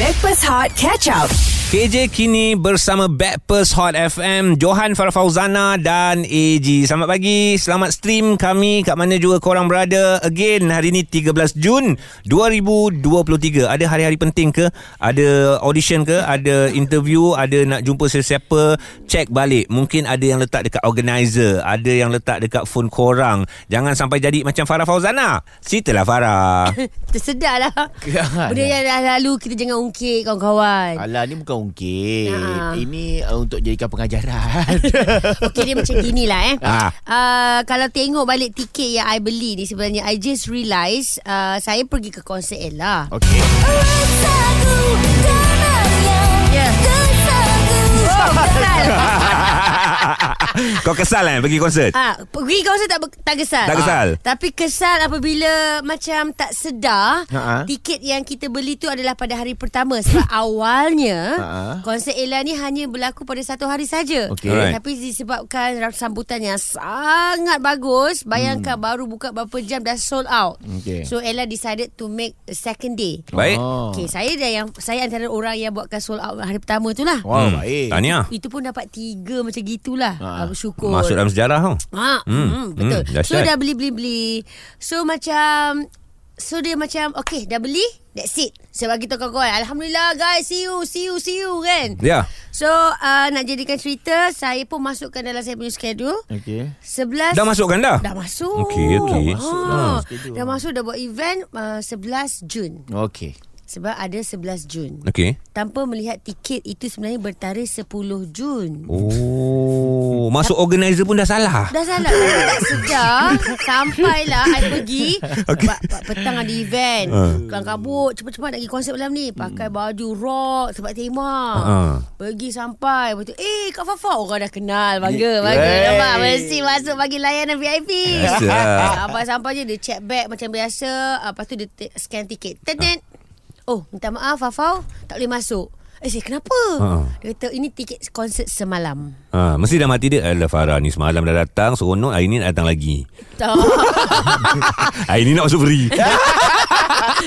Backpass Hot Catch Up. KJ kini bersama Backpers Hot FM Johan Farah Fauzana dan AG Selamat pagi Selamat stream kami Kat mana juga korang berada Again hari ni 13 Jun 2023 Ada hari-hari penting ke? Ada audition ke? Ada interview? Ada nak jumpa sesiapa? Check balik Mungkin ada yang letak dekat organizer Ada yang letak dekat phone korang Jangan sampai jadi macam Farah Fauzana Ceritalah Farah Tersedar lah Kan? Benda yang dah lalu Kita jangan ungkit kawan-kawan Alah ni bukan ungkit Ha. Ini uh, untuk jadikan pengajaran Okey dia macam gini lah eh Ah. uh, Kalau tengok balik tiket yang I beli ni Sebenarnya I just realise uh, Saya pergi ke konsert Ella Okey Ya Oh kesal Kau kesal eh pergi konsert? Ah, pergi konsert tak, ber- tak kesal Tak kesal. Ah, Tapi kesal apabila Macam tak sedar Ha-ha. Tiket yang kita beli tu Adalah pada hari pertama Sebab awalnya Ha-ha. Konsert Ella ni Hanya berlaku pada satu hari saja Okey. Alright. Tapi disebabkan Sambutan yang sangat bagus Bayangkan baru buka Berapa jam dah sold out Okey. So Ella decided to make a Second day Baik oh. Okay saya dah yang Saya antara orang yang Buatkan sold out hari pertama tu lah Wow hmm. baik Tahniah Itu pun dapat tiga macam gitulah Ha. ha. Syukur Masuk dalam sejarah tau Ha, Hmm, hmm, hmm, betul. hmm, Hmm, so dahsyat. dah beli beli beli. So macam so dia macam okay dah beli that's it. Saya bagi tahu kawan-kawan alhamdulillah guys see you see you see you kan. Ya So uh, nak jadikan cerita saya pun masukkan dalam saya punya schedule. Okey 11 Dah masukkan dah? Dah masuk. Okey, okey. Ha, Masuk dah schedule. dah masuk dah buat event uh, 11 Jun. Okey Sebab ada 11 Jun. Okey Tanpa melihat tiket itu sebenarnya bertarikh 10 Jun. Oh Masuk organizer pun dah salah Dah salah Saya tak sedar Sampailah I pergi okay. ba- ba- Petang ada event Ah. Hmm. uh. Kelang kabut Cepat-cepat nak pergi konsert malam ni Pakai baju rock Sebab tema Ah. Pergi sampai Lepas tu Eh Kak Fafa Orang dah kenal Bangga Bangga Hey. nampak Mesti masuk bagi layanan VIP Biasa. lah. Sampai-sampai je Dia check bag macam biasa Ah, Lepas tu dia t- scan tiket Tenet Oh minta maaf Fafau Tak boleh masuk Eh saya kenapa Ah. Dia kata ini tiket konsert semalam ha, Mesti dah mati dia Alah Farah ni semalam dah datang Seronok hari ni nak datang lagi Tak Hari ni nak masuk free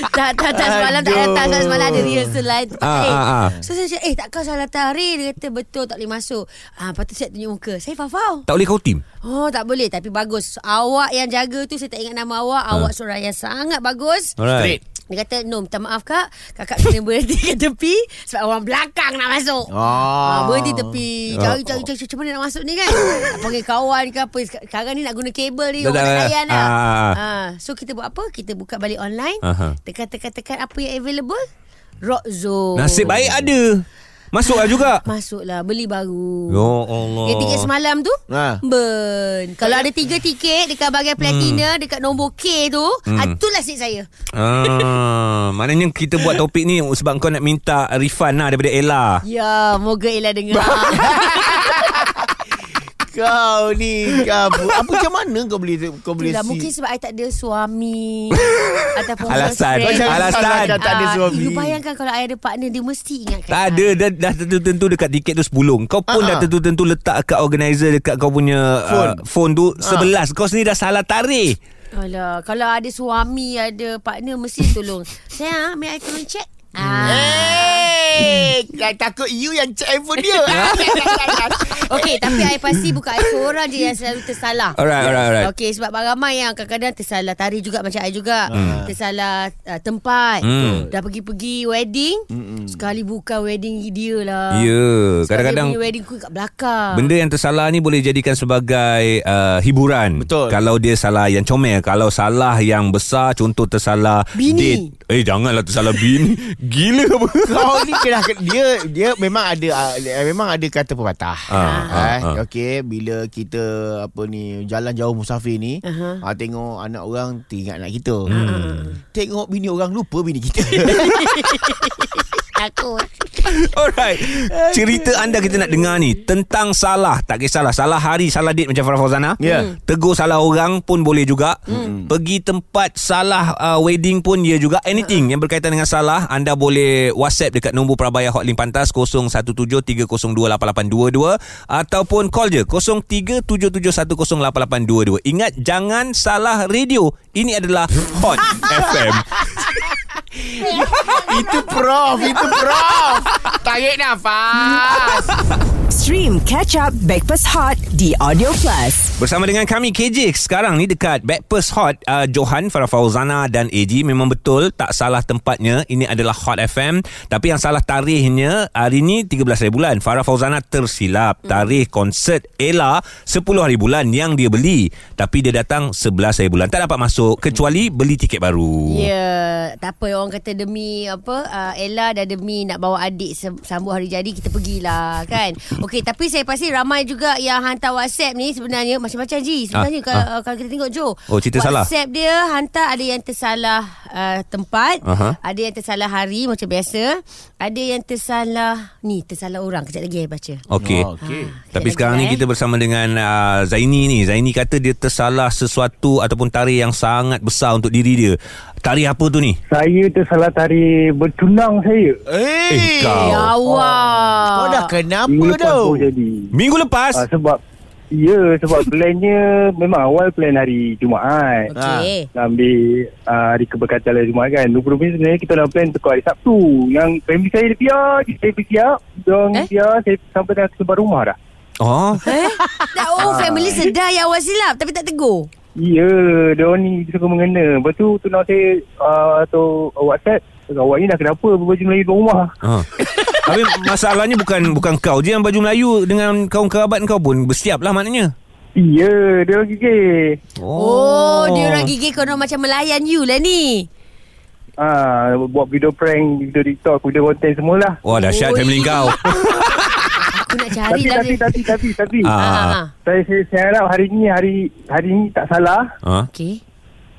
tak, tak, tak semalam tak Aduh. datang Sebab semalam ada rehearsal lain tempat Ah, lain. ah, ah. So saya cakap Eh takkan salah datang hari Dia kata betul tak boleh masuk ah, Lepas tu saya tunjuk muka Saya fafau Tak boleh kau team Oh tak boleh Tapi bagus Awak yang jaga tu Saya tak ingat nama awak Ah. Awak seorang yang sangat bagus Alright Straight Dia kata No minta maaf kak Kakak kena berhenti ke tepi Sebab orang belakang nak masuk Ah. ah, Berhenti tepi Ah. Cari cari cari Macam mana nak masuk ni kan Nak Panggil kawan ke apa Sekarang ni nak guna kabel ni Dah, Orang dah, nak dah. layan lah Ah. ah. So kita buat apa Kita buka balik online Aha. Tekan-tekan-tekan Apa yang available Rock Zone Nasib baik ada Masuk lah juga Masuklah Beli baru Ya Allah Ya tiket semalam tu Ha. ha. Burn Kalau ada tiga tiket Dekat bahagian Hmm. platina Dekat nombor K tu ah, Itulah seat saya ah, Maknanya kita buat topik ni Sebab kau nak minta refund lah Daripada Ella Ya Moga Ella dengar Kau ni kau, Apa macam mana kau boleh Kau boleh Itulah si mungkin sebab I tak ada suami Ataupun Alasan. boyfriend. Macam Alasan. Alasan tak ada Ah, suami. You bayangkan kalau I ada partner Dia mesti ingatkan Tak I. ada dah, dah tentu-tentu dekat tiket tu 10 Kau pun uh-huh. Ah, dah ah. tentu-tentu letak kat organizer Dekat kau punya phone, Phone. Ah. uh, phone tu 11 Kau sendiri dah salah tarikh Alah Kalau ada suami Ada partner Mesti tolong Saya May I tolong check Ah. Eh, kau takut you yang check handphone dia. Hmm. Okay tapi I pasti bukan I seorang je Yang selalu tersalah Alright, Ya. alright, alright. Okay sebab ramai yang kadang-kadang Tersalah tarikh juga Macam I juga Tersalah uh, tempat Hmm. Dah pergi-pergi wedding Sekali buka wedding dia lah Ya yeah. Sebab Kadang-kadang dia punya wedding queen kat belakang Benda yang tersalah ni boleh jadikan sebagai uh, hiburan. Betul. Kalau dia salah yang comel, kalau salah yang besar, contoh tersalah Bini. date. Eh janganlah tersalah bini. Gila apa? Kau ni kena dia dia memang ada ah, memang ada kata pepatah. Ah, ah, Ah, ah. Okey, bila kita apa ni jalan jauh musafir ni, uh-huh. ah, tengok anak orang teringat anak kita. Hmm. Tengok bini orang lupa bini kita. Takut Alright. Cerita anda kita nak dengar ni tentang salah, tak kisahlah salah hari, salah date macam Farah Fauzana. Ya. Tegur salah orang pun boleh juga. Hmm. Pergi tempat salah uh, wedding pun ya juga. Anything yang berkaitan dengan salah, anda boleh WhatsApp dekat nombor Prabaya Hotline Pantas 0173028822 ataupun call je 0377108822. Ingat jangan salah radio. Ini adalah Hot FM. Itu prof Itu prof Tarik nafas Stream Catch Up Backpass Hot di Audio Plus. Bersama dengan kami KJ sekarang ni dekat Backpast Hot uh, Johan, Farah Fauzana dan AG Memang betul tak salah tempatnya Ini adalah Hot FM Tapi yang salah tarikhnya Hari ni 13 hari bulan Farah Fauzana Hmm. tersilap Tarikh konsert Ella 10 hari bulan yang dia beli Tapi dia datang 11 hari bulan Tak dapat masuk Kecuali beli tiket baru Hmm. Ya, tak apa orang kata demi apa uh, Ella dah demi nak bawa adik se- sambut hari jadi kita pergilah kan. Okey, tapi saya pasti ramai juga yang hantar WhatsApp ni sebenarnya macam-macam ji. Sebenarnya Ah, kalau ah. uh, kalau kita tengok Jo. Oh, cerita WhatsApp salah. WhatsApp dia hantar ada yang tersalah uh, tempat, Aha. ada yang tersalah hari macam biasa, ada yang tersalah ni tersalah orang. Kejap lagi saya baca. Okey Oh, Okey Tapi Okey, sekarang ni lagi, eh. kita bersama dengan uh, Zaini ni. Zaini kata dia tersalah sesuatu ataupun tarikh yang sangat besar untuk diri dia. Tarikh apa tu ni? Saya tersalah tarik bertunang saya. Eh, kau. Ya Allah. Kau dah kenapa Minggu tu lepas baru jadi. Minggu Ah, lepas. sebab ya sebab plannya memang awal plan hari Jumaat. Okey. Nak ambil ah, hari keberkatan hari Jumaat kan. Rupa-rupanya sebenarnya kita nak plan tukar hari Sabtu. Yang family saya dia biar, saya pergi siap. Diorang Eh? eh? biar, saya sampai dah keluar rumah dah. Oh. Eh? Tak, oh Ah. family sedar yang awal silap tapi tak tegur. Ya, diorang ni suka mengena. Lepas tu tunang saya ah, atau WhatsApp, awak ni dah kenapa berbaju Melayu kat rumah? Ha. Tapi masalahnya bukan bukan kau je yang baju Melayu dengan kaum kerabat kau pun bersiap lah maknanya. Ya, dia orang gigih. Oh, dia orang gigih kono macam melayan you lah ni. Ah, buat video prank, video TikTok, video konten semualah. Wah dahsyat Oi. family kau. Aku nak cari Tapi, lah tapi, tapi, tapi, tapi. Ah. Ah. Saya, saya, saya harap hari ni, hari hari ni tak salah. Ha. Okey.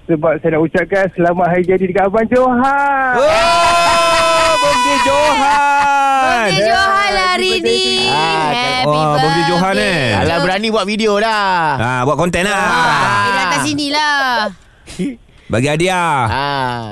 Sebab saya nak ucapkan selamat hari jadi dekat Abang Johan. Oh, birthday Johan. Birthday Johan lah hari ni. Ah, Happy wah, birthday. birthday Johan eh. Alah berani buat video dah Ha, buat konten lah. Eh, datang sini lah. Bagi hadiah. Ah.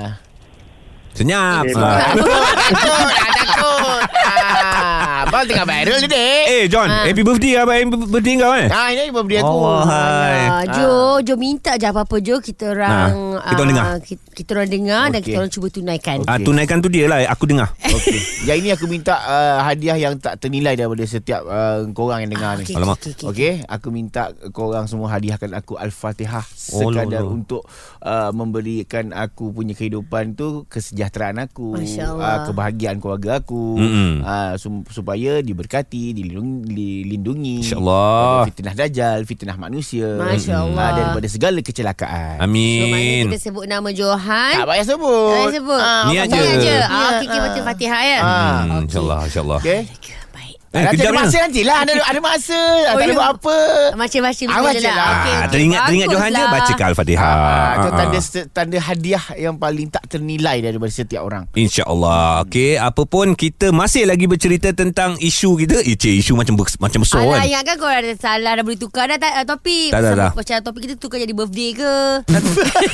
Senyap. Eh, Ha. Takut, ah, takut. Ah, abang tengah viral ni, Dek. Eh John, Ah. happy birthday abang happy birthday kau eh. Ah, ini birthday aku. Oh, hai. Ah, Jo, Jo minta je apa-apa Jo kita orang Ah, kita orang ah, dengar. Kita, kita orang dengar dan Okey. kita orang cuba tunaikan. Ah tunaikan tu dia lah aku dengar. Eh. Okey. Yang ini aku minta uh, hadiah yang tak ternilai daripada setiap uh, korang yang Ah, dengar ni. okey, Alamak. okey, okey, Okey, okey. okay, aku minta korang semua hadiahkan aku Al-Fatihah Oh, sekadar Allah. untuk uh, memberikan aku punya kehidupan tu kesejahteraan aku, Masya Allah. ah, kebahagiaan keluarga aku, Mm-mm. ah, sum- supaya diberkati, dilindungi, dilindungi InsyaAllah. daripada fitnah dajal, fitnah manusia, Masya Allah. ah, daripada segala kecelakaan. So, maknanya Amin. kita sebut nama Johan. Tak payah sebut. Tak payah sebut. Ah, Niat apa je. Niat je. niat? Ah, okey, okey, Ah. betul Fatihah ya. Hmm, InsyaAllah, insyaAllah. Okey. Okey, Baik. Eh, Nanti kejap ada mana? masa nantilah Ada, ada masa Oh, Tak ada ya. buat apa Macam baca Ah, dulu baca Okey, lah. Ah, okey. teringat teringat Johan je Baguslah. baca ke Al-Fatihah. Ah, Ah, Itu ah. tanda, tanda hadiah Yang paling tak ternilai Daripada setiap orang InsyaAllah Okey Apa pun kita masih lagi bercerita tentang isu kita Eh cik isu macam bers- macam besar Alah kan ingat kan korang ada salah Dah boleh tukar dah tak, uh, topik Tak, tak, Sama- tak. Macam topik kita tukar jadi birthday ke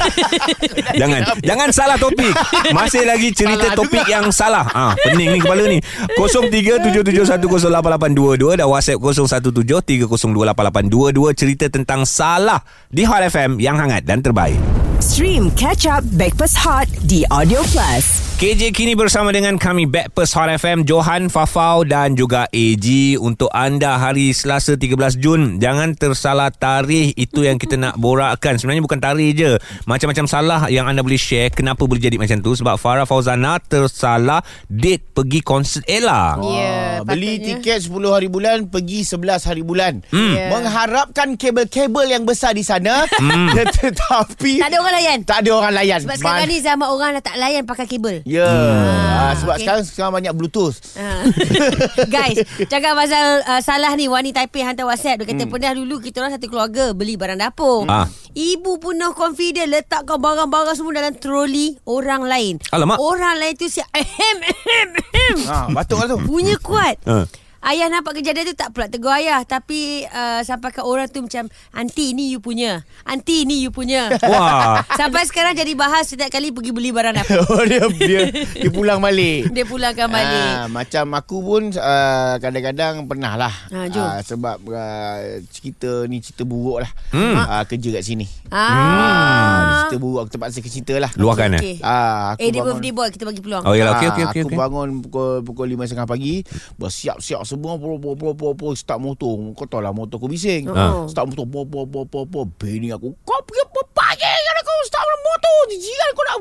Jangan Jangan salah topik Masih lagi cerita Salah topik juga. yang salah ah, Pening ni kepala ni 0377108822 Dan whatsapp 0173028822 Cerita tentang salah Di Hot FM yang hangat dan terbaik Stream Catch Up Backpass Hot di Audio Plus. KJ kini bersama dengan kami Backpast Hot FM Johan, Fafau dan juga AG Untuk anda hari Selasa 13 Jun Jangan tersalah tarikh Itu yang kita nak borakkan Sebenarnya bukan tarikh je Macam-macam salah yang anda boleh share Kenapa boleh jadi macam tu Sebab Farah Fauzana tersalah Date pergi konsert Ella Oh. Ya, Ah, Beli tiket 10 hari bulan Pergi 11 hari bulan Ya. Mengharapkan kabel-kabel Yang besar di sana Tetapi Hmm. Tak ada orang layan Tak ada orang layan Sebab sekarang Hmm. Man- ni zaman orang dah tak layan pakai kabel Ya ah, Sebab okey. sekarang Sekarang banyak bluetooth Ah. Guys Cakap pasal uh, Salah ni Wanita Taipei hantar whatsapp Dia kata pernah dulu Kita orang satu keluarga Beli barang dapur Hmm. Ah. Ibu penuh confident Letakkan barang-barang semua Dalam troli Orang lain Alamak. Orang lain tu siap Ahem ahem ahem ah, Batuk lah tu Punya kuat Ha. Ayah nampak kejadian tu tak pula tegur ayah Tapi uh, sampai ke orang tu macam Aunty ni you punya Aunty ni you punya Wah. Sampai sekarang jadi bahas Setiap kali pergi beli barang apa oh, dia, dia, dia pulang balik. Dia pulangkan Kan balik Ah, macam aku pun uh, kadang-kadang pernah lah. Ah, jom. Ah, sebab uh, cerita ni cerita buruk lah. Hmm. Uh, kerja kat sini. Ah, Ah. cerita buruk aku terpaksa ke cerita lah. Luahkan Hmm. eh. Okey. Ah, aku Eh dia bangun- birthday boy Kita bagi peluang Oh yalah Ah, okey okey okey. Aku okey. bangun pukul pukul 5.30 pagi, bersiap-siap semua pop pop pop pop pop start motor. Kau tahu lah motor aku bising. Ah. Start motor pop pop pop pop pop. Bini aku, kau pergi apa pagi kan kau start motor. Jiran kau nak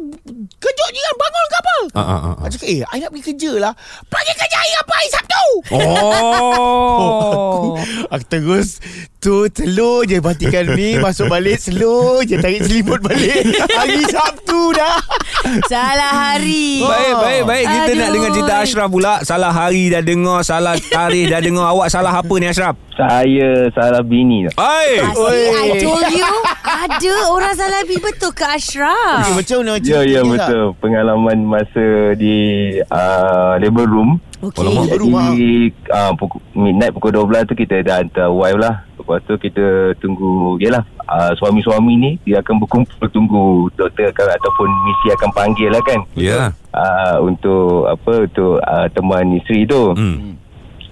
kejut jiran bangun ke apa? Ah, ah, ah, ah. Aku cakap, eh, I nak pergi kerja lah. Pergi kerja hari apa? Hari Sabtu. Oh. Aku terus tu slow je batikan ni masuk balik slow je tarik selimut balik. Hari Sabtu dah. Salah hari Baik, baik, baik. Kita Aduh. nak Aduh. dengar cerita Ashraf pula. Salah hari dah dengar, salah tarikh dah dengar. Awak salah apa ni Ashraf? Saya salah bini lah. tak? Hai. Ah, Asli, Ah, I told you Ada orang salah bil Betul ke Okay, Ashraf? macam mana Ya, Eh, cerita ni, ya Kak? betul. Pengalaman masa di uh, labor room. Alamak. Labor room, ah. Jadi uh, pukul, midnight pukul 12 tu kita dah hantar wife lah. Lepas tu kita tunggu, yelah uh, suami-suami ni dia akan berkumpul tunggu doktor akan, ataupun misi akan panggil lah kan. Ya. Uh, untuk apa untuk uh, teman isteri tu. Hmm.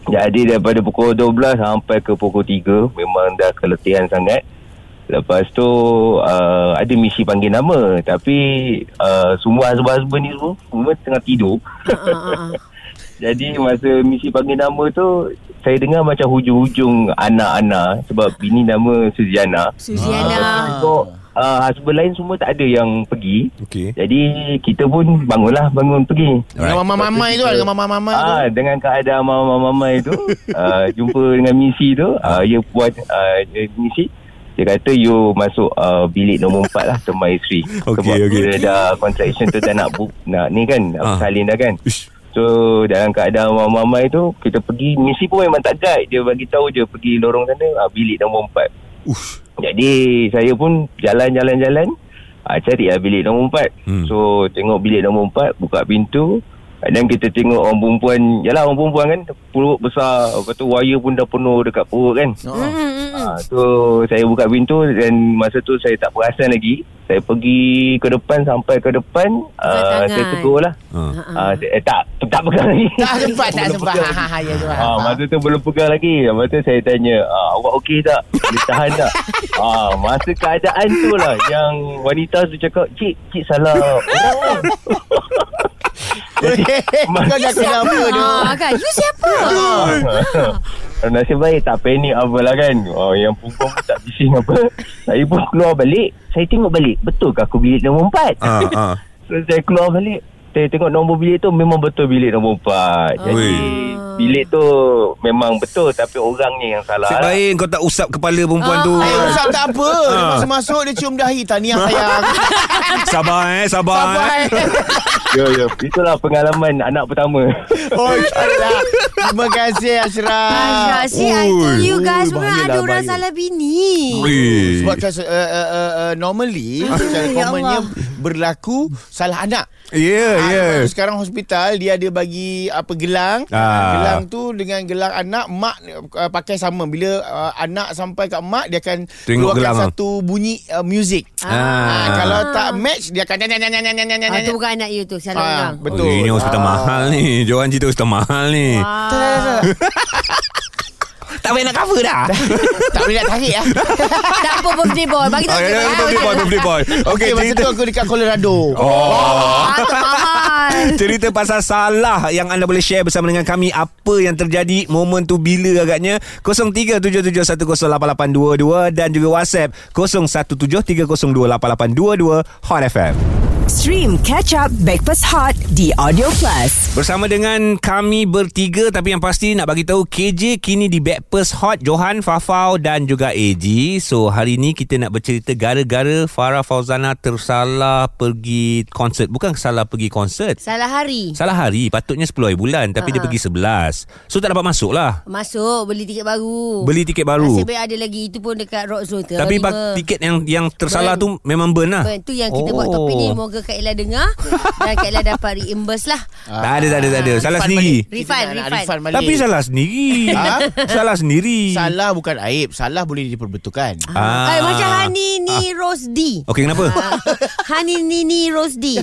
Jadi daripada pukul 12 sampai ke pukul 3 memang dah keletihan sangat. Lepas tu uh, ada misi panggil nama tapi uh, semua husband-husband ni semua semua tengah tidur. Ah, ah, ah. Jadi masa misi panggil nama tu saya dengar macam hujung-hujung anak-anak sebab bini nama Suziana. Ah. Suziana So uh, husband lain semua tak ada yang pergi. Okey. Jadi kita pun bangunlah bangun pergi. Alright. Dengan mama-mama tu lah, Dengan mama-mama tu Ah, dengan keadaan mama-mama itu uh, jumpa dengan misi tu uh, ia buat uh, dia- misi dia kata you masuk uh, bilik nombor 4 lah teman isteri Okey, sebab okey. dia dah contraction tu dah nak bu- nak ni kan Ah. nak salin dah kan Ish. so dalam keadaan mama-mama itu kita pergi misi pun memang tak guide dia bagi tahu je pergi lorong sana uh, bilik nombor 4 Ush. jadi saya pun jalan-jalan-jalan uh, Cari lah bilik nombor empat Hmm. hmm. So tengok bilik nombor empat Buka pintu Dan kita tengok orang perempuan Yalah orang perempuan kan Perut besar Lepas tu wire pun dah penuh dekat perut kan Ah. Ah, So saya buka pintu Dan masa tu saya tak perasan lagi Saya pergi ke depan Sampai ke depan ah, tangan. Saya tegur lah Ah. Ah, saya- eh, tak, tak pegang lagi Tak sempat Tak sempat Ha ha ha ya, tu, Ah, ha. masa tu belum pegang lagi. Masa tu saya tanya, ah, awak okey tak? Dia tahan tak? ah, masa keadaan tu lah yang wanita tu cakap, cik, cik salah. Kau dah kenapa tu Ah, kan? You siapa? Ah, Nasib baik tak panik apalah kan. Oh, yang perempuan pun tak bising apa. Saya pun keluar balik. Saya tengok balik. Betul ke aku bilik nombor empat? Ah, ah. So, saya keluar balik. Saya tengok nombor bilik tu memang betul bilik nombor empat. Jadi, Ah. bilik tu memang betul tapi orangnya yang salah. Nasib lah. baik kau tak usap kepala perempuan tu. Eh usap tak apa Dia Masuk-masuk dia cium dahi Tahniah sayang Sabar eh, sabar. Sabar eh. eh. Ya, ya. Itulah pengalaman anak pertama. Oh insyaAllah Terima kasih Ashraf Ashraf, see I told you guys Ah, Memang Ui, bahaya ada orang lah, bahaya. salah bini Wih. sebab uh, uh, uh, normally secara ya commonnya Allah. berlaku salah anak. Ya, Ah, ya. sebab Sekarang hospital dia ada bagi apa gelang. Ah. Gelang tu dengan gelang anak mak uh, pakai sama. Bila uh, anak sampai kat mak dia akan Tengok gelang, keluarkan ah. satu bunyi uh, music. Ah. Ah, kalau tak match dia akan Ah, tu bukan anak you tu Salah Ah, orang betul. Oh, ini hospital Ah. mahal ni. Johan cerita hospital mahal ni. Ah. Tak payah nak cover dah. tak boleh nak tarik ah. Tak apa birthday boy Bagi tahu Okay, kita okay, Ah, ya, tahu birthday je. boy, birthday boy. Okay, Okey, masa cerita. tu aku dekat Colorado. Oh. Ah, tu mahal Cerita pasal salah yang anda boleh share bersama dengan kami apa yang terjadi momen tu bila agaknya 0377108822 dan juga WhatsApp 0173028822 Hot FM. Stream Catch Up Backpass Hot di Audio Plus. Bersama dengan kami bertiga tapi yang pasti nak bagi tahu KJ kini di Backpast Hot Johan Fafau dan juga AG. So hari ni kita nak bercerita gara-gara Farah Fauzana tersalah pergi konsert. Bukan salah pergi konsert. Salah hari Salah hari Patutnya 10 hari bulan Tapi uh-huh. dia pergi 11 So tak dapat masuk lah Masuk beli tiket baru Beli tiket baru Oh. Nasib baik ada lagi Itu pun dekat Rock Zone tu Tapi lima. pak, tiket yang yang tersalah Burn. tu Memang burn lah Oh. Burn. Tu yang kita buat topik ni Moga Semoga Kak Ella dengar Dan Kak Ella dapat reimburse lah Tak ada, tak ada, tak ada. Ah, Salah Refund sendiri. balik. Refund, Kita nak- nak refund. refund balik. Tapi salah sendiri. Ha? salah sendiri. Salah bukan aib Salah boleh diperbetulkan Ah. Ay, Eh, macam Hani ni Ah. Rosdi Okey, kenapa? Hani ni ni Rosdi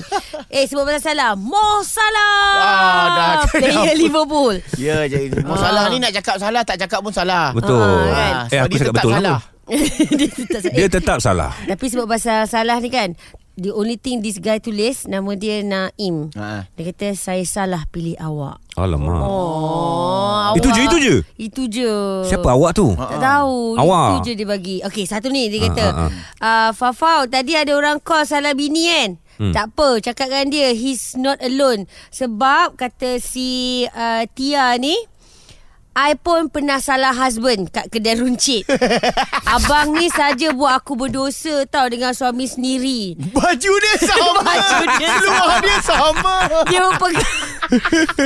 Eh sebab pasal salah Mo Salah Ah, dah. Player Kenapa? Liverpool Ya jadi Mau Ah. salah ni nak cakap salah Tak cakap pun salah Betul. Ah, eh, sebab aku dia cakap tetap betul salah. salah. Dia tetap salah. Eh, Dia tetap salah. Tapi sebab pasal salah ni kan The only thing this guy tulis Nama dia Naim Ha. Dia kata Saya salah pilih awak Alamak. Oh, Itu awak. je, itu je? Itu je Siapa awak tu? Tak Ah. tahu Awak. Itu je dia bagi Okey satu ni dia Ah, kata ah, uh, Fafau tadi ada orang call salah bini kan hmm. Tak apa cakap dengan dia He's not alone Sebab kata si uh, Tia ni I pun pernah salah husband kat kedai runcit. Abang ni saja buat aku berdosa tau dengan suami sendiri. Baju dia sama Baju dia Seluar dia sama Dia pun pegang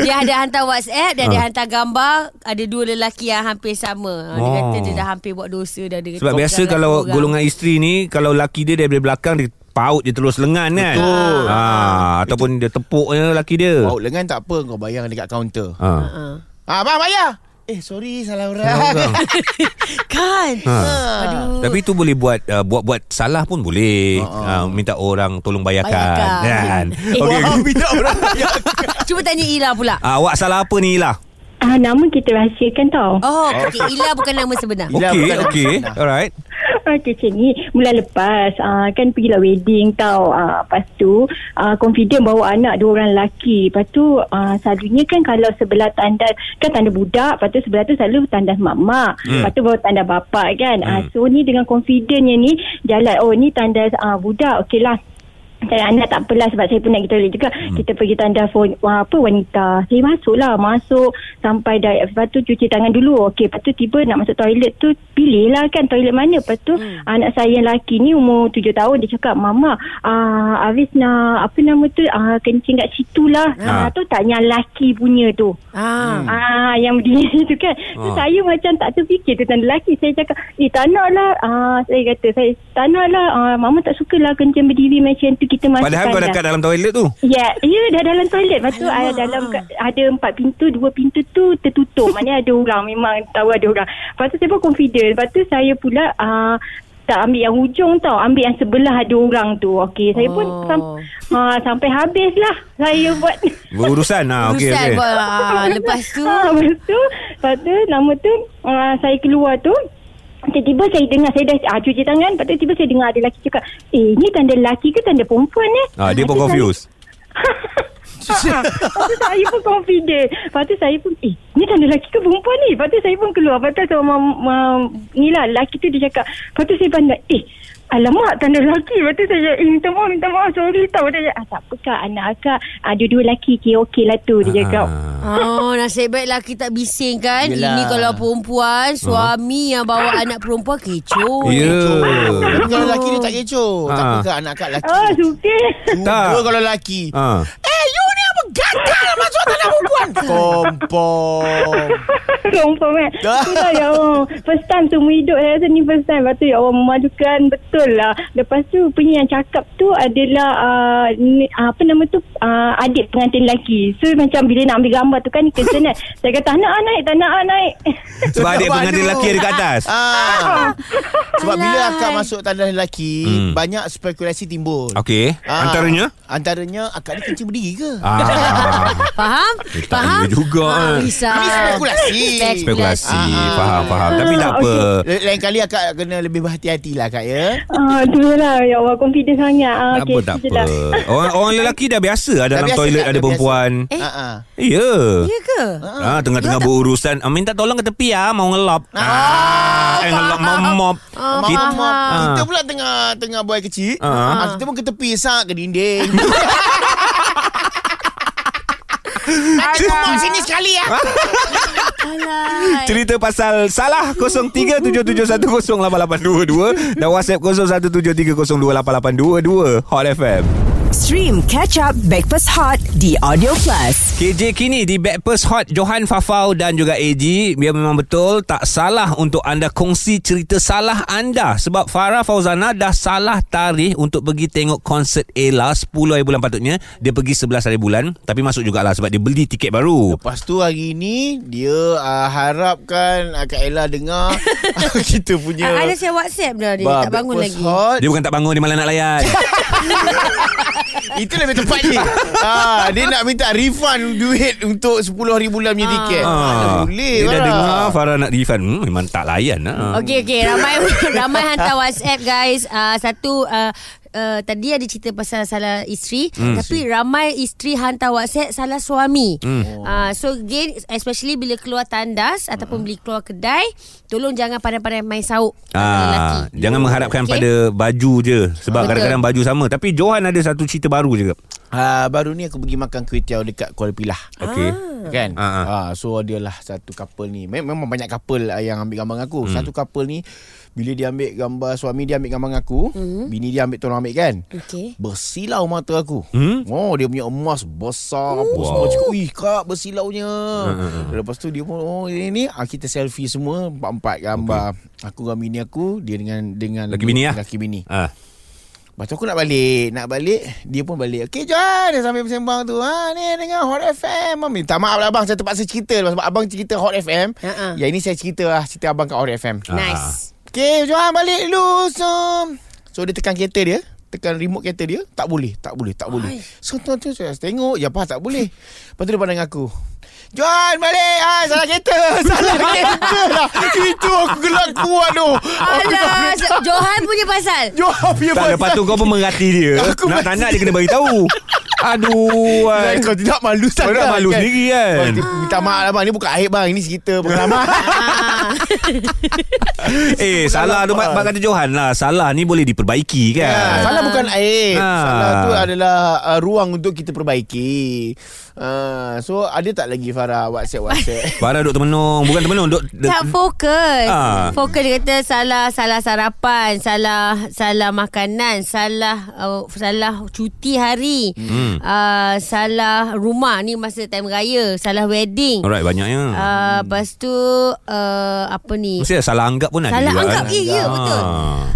Dia ada hantar WhatsApp Ah. Dan dia hantar gambar Ada dua lelaki yang hampir sama oh. Dia Oh. kata dia dah hampir buat dosa dah dia Sebab biasa kalau orang. golongan isteri ni Kalau laki dia daripada belakang Dia paut dia terus lengan kan Betul. ha, Ataupun dia tepuk je laki dia Bau lengan tak apa Kau bayang dekat kaunter ha. Ah, Abang bayar Eh sorry salah orang Kan Ha. Aduh Tapi itu boleh buat uh, Buat-buat salah pun boleh uh, Minta orang tolong bayarkan, Bayarkan. kan? Eh. Okey. Wah minta orang bayar Cuba tanya Ila pula Ah, Awak salah apa ni Ila? Ah, nama kita rahsiakan tau. Oh Oh. okay. Ila bukan nama sebenar Ila Okey bukan- Okey Alright Okey, Ah, cik ni bulan lepas ah, kan pergilah wedding tau. Ah, lepas tu ah, confident bawa anak dua orang lelaki. Lepas tu ah, selalunya kan kalau sebelah tandas kan tandas budak, lepas tu sebelah tu selalu tandas mak-mak. Hmm. Hmm. Lepas tu baru tandas bapak kan. Ah, so ni dengan confidentnya ni jalan oh ni tandas ah, budak. Okeylah Saya anak Eh, tak apalah sebab saya pun nak kita toilet juga. Hmm. Kita pergi tanda phone, wah, apa wanita. Saya masuklah. Masuk sampai dah. Lepas tu cuci tangan dulu. Okey. Lepas tu tiba nak masuk toilet tu. Pilih lah kan toilet mana. Lepas tu hmm. anak saya yang lelaki ni umur tujuh tahun. Dia cakap, Mama, uh, Hafiz nak apa nama tu. Uh, kencing kat situ lah. Ah. Ha. Uh, tu tak yang lelaki punya tu. Ah. Ah, yang berdiri tu kan. So, Hmm. Ah. saya macam tak terfikir tu tanda lelaki. Saya cakap, eh tak nak lah. Ah, saya kata, saya tak nak lah. Ah, mama tak suka lah kencing berdiri macam tu. Kita masukkan Padahal kau lah. dekat dalam toilet tu Ya, ya dah dalam toilet. Lepas tu ada dalam ada empat pintu, dua pintu tu tertutup. Maknanya ada orang memang tahu ada orang. Lepas tu saya pun confident. Lepas tu saya pula uh, tak ambil yang hujung tau. Ambil yang sebelah ada orang tu. Okey, saya pun Oh. sam, uh, sampai habis lah saya buat. Berurusan ah, Okey Ustaz okey. buat, ah, Lepas tu Ah, lepas tu, lepas tu nama tu uh, saya keluar tu Tiba-tiba saya dengar Saya dah ah, cuci tangan Lepas tu tiba saya dengar Ada lelaki cakap Eh ni tanda lelaki ke Tanda perempuan eh ah, Dia pun Lepas tu saya- confused Ha, Lepas tu saya pun confident. Lepas tu saya pun, eh, ni tanda lelaki ke perempuan ni? Lepas tu saya pun keluar. Lepas tu sama, ma, ni lah, lelaki tu dia cakap. Lepas tu saya pandai, eh, Alamak, tanda lelaki. Lepas tu saya, eh, minta maaf, minta maaf. Sorry tau. Dia cakap, ah, tak apa kak, anak akak. Ah, dua-dua lelaki, okay, okay lah tu. Dia cakap. Ah. Oh, nasib baik lelaki tak bising kan Yelah. Ini kalau perempuan Suami yang bawa anak perempuan kecoh Hmm. Ya Tapi kalau lelaki dia tak kecoh Tak Ah. apa ke anak kat lelaki Oh, suka. Cuba Tak. kalau lelaki Ah. Eh you ni apa gatal Masuk tanah perempuan Kompom Confirm kan Itulah ya Allah First time seumur hidup Saya rasa ni first time Lepas tu ya Allah Memalukan betul lah Lepas tu punya yang cakap tu Adalah uh, ni, uh, Apa nama tu uh, Adik pengantin lelaki So macam bila nak ambil gambar tu kan Concern kan Saya kata tak nak ah, naik Tak nak ah, naik Sebab adik Baru. pengantin lelaki ada kat atas Ah. Sebab bila Alah. akak masuk tandas lelaki Hmm. Banyak spekulasi timbul Okey Ah. Antaranya Antaranya Akak ni kencing berdiri ke? Ah. Faham? Eh, tak Faham? boleh juga, Ah, eh. Risau Ini spekulasi. Spekulasi Ah. Faham faham Tapi tak apa Lain lain kali akak kena lebih berhati-hati lah kak ya Ah, tu lah Ya Allah Confident sangat ah, Tak apa okey, tak tu je apa lah. Orang orang lelaki dah biasa ada Dah Dalam biasa, toilet Kak, ada dah perempuan biasa. Ah, ah. Ya Ya ke? Ah, tengah-tengah berurusan ah, Minta tolong ke tepi ah Mau ngelop ah, Eh ngelop memop Ah, Kita- Mama, Ah. kita pula tengah tengah buai kecil. Ah. Ah, kita pun ke tepi sak ke dinding. Nanti umur sini sekali ya. Alah. Cerita pasal salah 0377108822 dan WhatsApp 0173028822 Hot FM. Stream Catch Up Backpass Hot di Audio Plus. KJ kini di Backpast Hot Johan Fafau dan juga AG Dia memang betul tak salah untuk anda kongsi cerita salah anda Sebab Farah Fauzana dah salah tarikh untuk pergi tengok konsert Ella 10 hari bulan patutnya Dia pergi 11 hari bulan Tapi masuk jugalah sebab dia beli tiket baru Lepas tu hari ni Dia uh, harapkan uh, Kak Ella dengar Kita punya Ya. Yeah. Ah, Ada saya WhatsApp dah dia Ba- tak bangun breakfast lagi. hot. Dia bukan tak bangun dia malah nak layan Itu lebih tepat dia ah, Dia nak minta refund duit Untuk 10 hari bulan punya tiket ah. Mana Ah, boleh Dia dah Farah. dengar Farah nak refund hmm, Memang tak layan lah lah. Okey okey ramai ramai hantar WhatsApp guys. Uh, satu uh, Uh, tadi ada cerita pasal salah isteri mm. Hmm. tapi ramai isteri hantar WhatsApp salah suami. Hmm. Mm. Uh, so again especially bila keluar tandas mm. ataupun bila keluar kedai tolong jangan pandai-pandai main sauk. Ah, lelaki. jangan mengharapkan Okey? pada baju je sebab Betul. kadang-kadang baju sama tapi Johan ada satu cerita baru juga. Ah, Baru ni aku pergi makan kuih tiaw Dekat Kuala Pilah Okey. Kan Ah, ah. ah. So dia lah satu couple ni Mem- Memang banyak couple ah, Yang ambil gambar dengan aku hmm. Satu couple ni Bila dia ambil gambar Suami dia ambil gambar dengan aku hmm. Bini dia ambil tolong ambil kan Okey. Bersilau mata aku Hmm? Oh dia punya emas Besar apa Wow. Ah, semua Cakap Wih kak bersilaunya hmm. Lepas tu dia pun Oh ini ni ah, Kita selfie semua Empat-empat gambar okay. Aku dengan bini aku Dia dengan dengan Laki bini lah. Laki bini Ah. Lepas tu aku nak balik Nak balik Dia pun balik Okay Johan Dia sambil bersembang tu ha, Ni dengar Hot FM Mam, Minta maaf lah abang Saya terpaksa cerita lah Sebab abang cerita Hot FM Ha-ha. Ya ini saya cerita lah Cerita abang kat Hot FM Ha. Nice. Okay Johan balik dulu So So dia tekan kereta dia Tekan remote kereta dia Tak boleh Tak boleh Tak boleh So tu tu saya tengok Ya apa tak boleh Lepas tu dia pandang aku Johan balik ah, Salah kereta Salah kereta lah Itu aku gelak kuat tu Ah. Aku tak Alah, boleh- Johan punya pasal. Johan punya Tak lepas tu kau pun merhati dia. Aku nak merhati. tak nak dia kena bagi tahu. Aduh. Like, ai. kau tidak malu sangat Kan? nak malu sendiri, kan? Kau dia Minta maaf lah bang Ni bukan aib bang Ini cerita pengalaman Kan? Ah. Eh salah tu bak bak kata Johan lah. Salah ni boleh diperbaiki kan. Ya, Salah bukan aib Ha. Salah tu adalah uh, Ruang untuk kita perbaiki uh, So ada tak lagi Farah WhatsApp-WhatsApp Farah duk termenung Bukan termenung duk, duk Tak fokus Ah. ah. Fokus dia kata Salah Salah sarapan Salah Salah makanan Salah uh, Salah cuti hari hmm. uh, Salah rumah Ni masa time raya Salah wedding Alright banyaknya uh, Lepas tu uh, Apa ni Mesti ada salah anggap pun ada Salah juga, anggap kan? Ya ya Ah. betul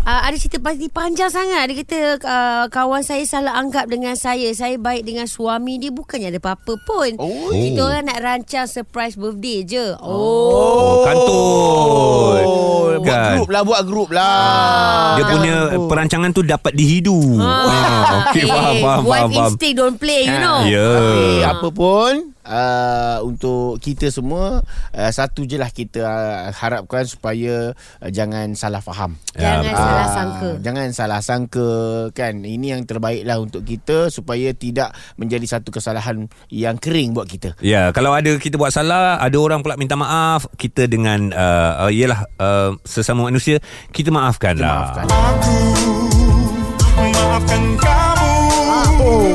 uh, Ada cerita pasti panjang sangat Dia kata uh, Kawan saya salah anggap dengan saya Saya baik dengan suami dia Bukannya ada apa-apa pun Oh. Kita orang nak rancang Surprise birthday je Oh, Oh kantun Oh, Buat Kan? grup lah Buat grup lah Dia punya perancangan tu dapat dihidu. Ah, okey faham faham faham. Eh, Wife faham. instinct don't play You know Ya. Tapi apa pun uh, Untuk kita semua uh, Satu je lah kita uh, harapkan Supaya uh, jangan salah faham Jangan Ya, salah Ah, sangka Jangan salah sangka kan. Ini yang terbaik lah untuk kita supaya tidak menjadi satu kesalahan yang kering buat kita. Ya, kalau ada kita buat salah, ada orang pula minta maaf, kita dengan uh, uh, ialah uh, sesama manusia, kita maafkanlah. Maafkan. Maafkan kamu Ah, oh,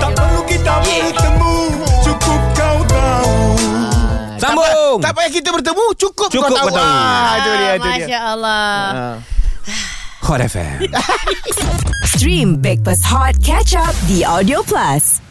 Tak perlu kita bertemu Cukup kau tahu Sambung. Ah. Tak payah kita bertemu, cukup, Cukup kau kau tahu. tahu. Ah, itu dia, itu dia. Masya Allah Ah. Hot FM. Stream Backpass Hot Catch Up di Audio Plus.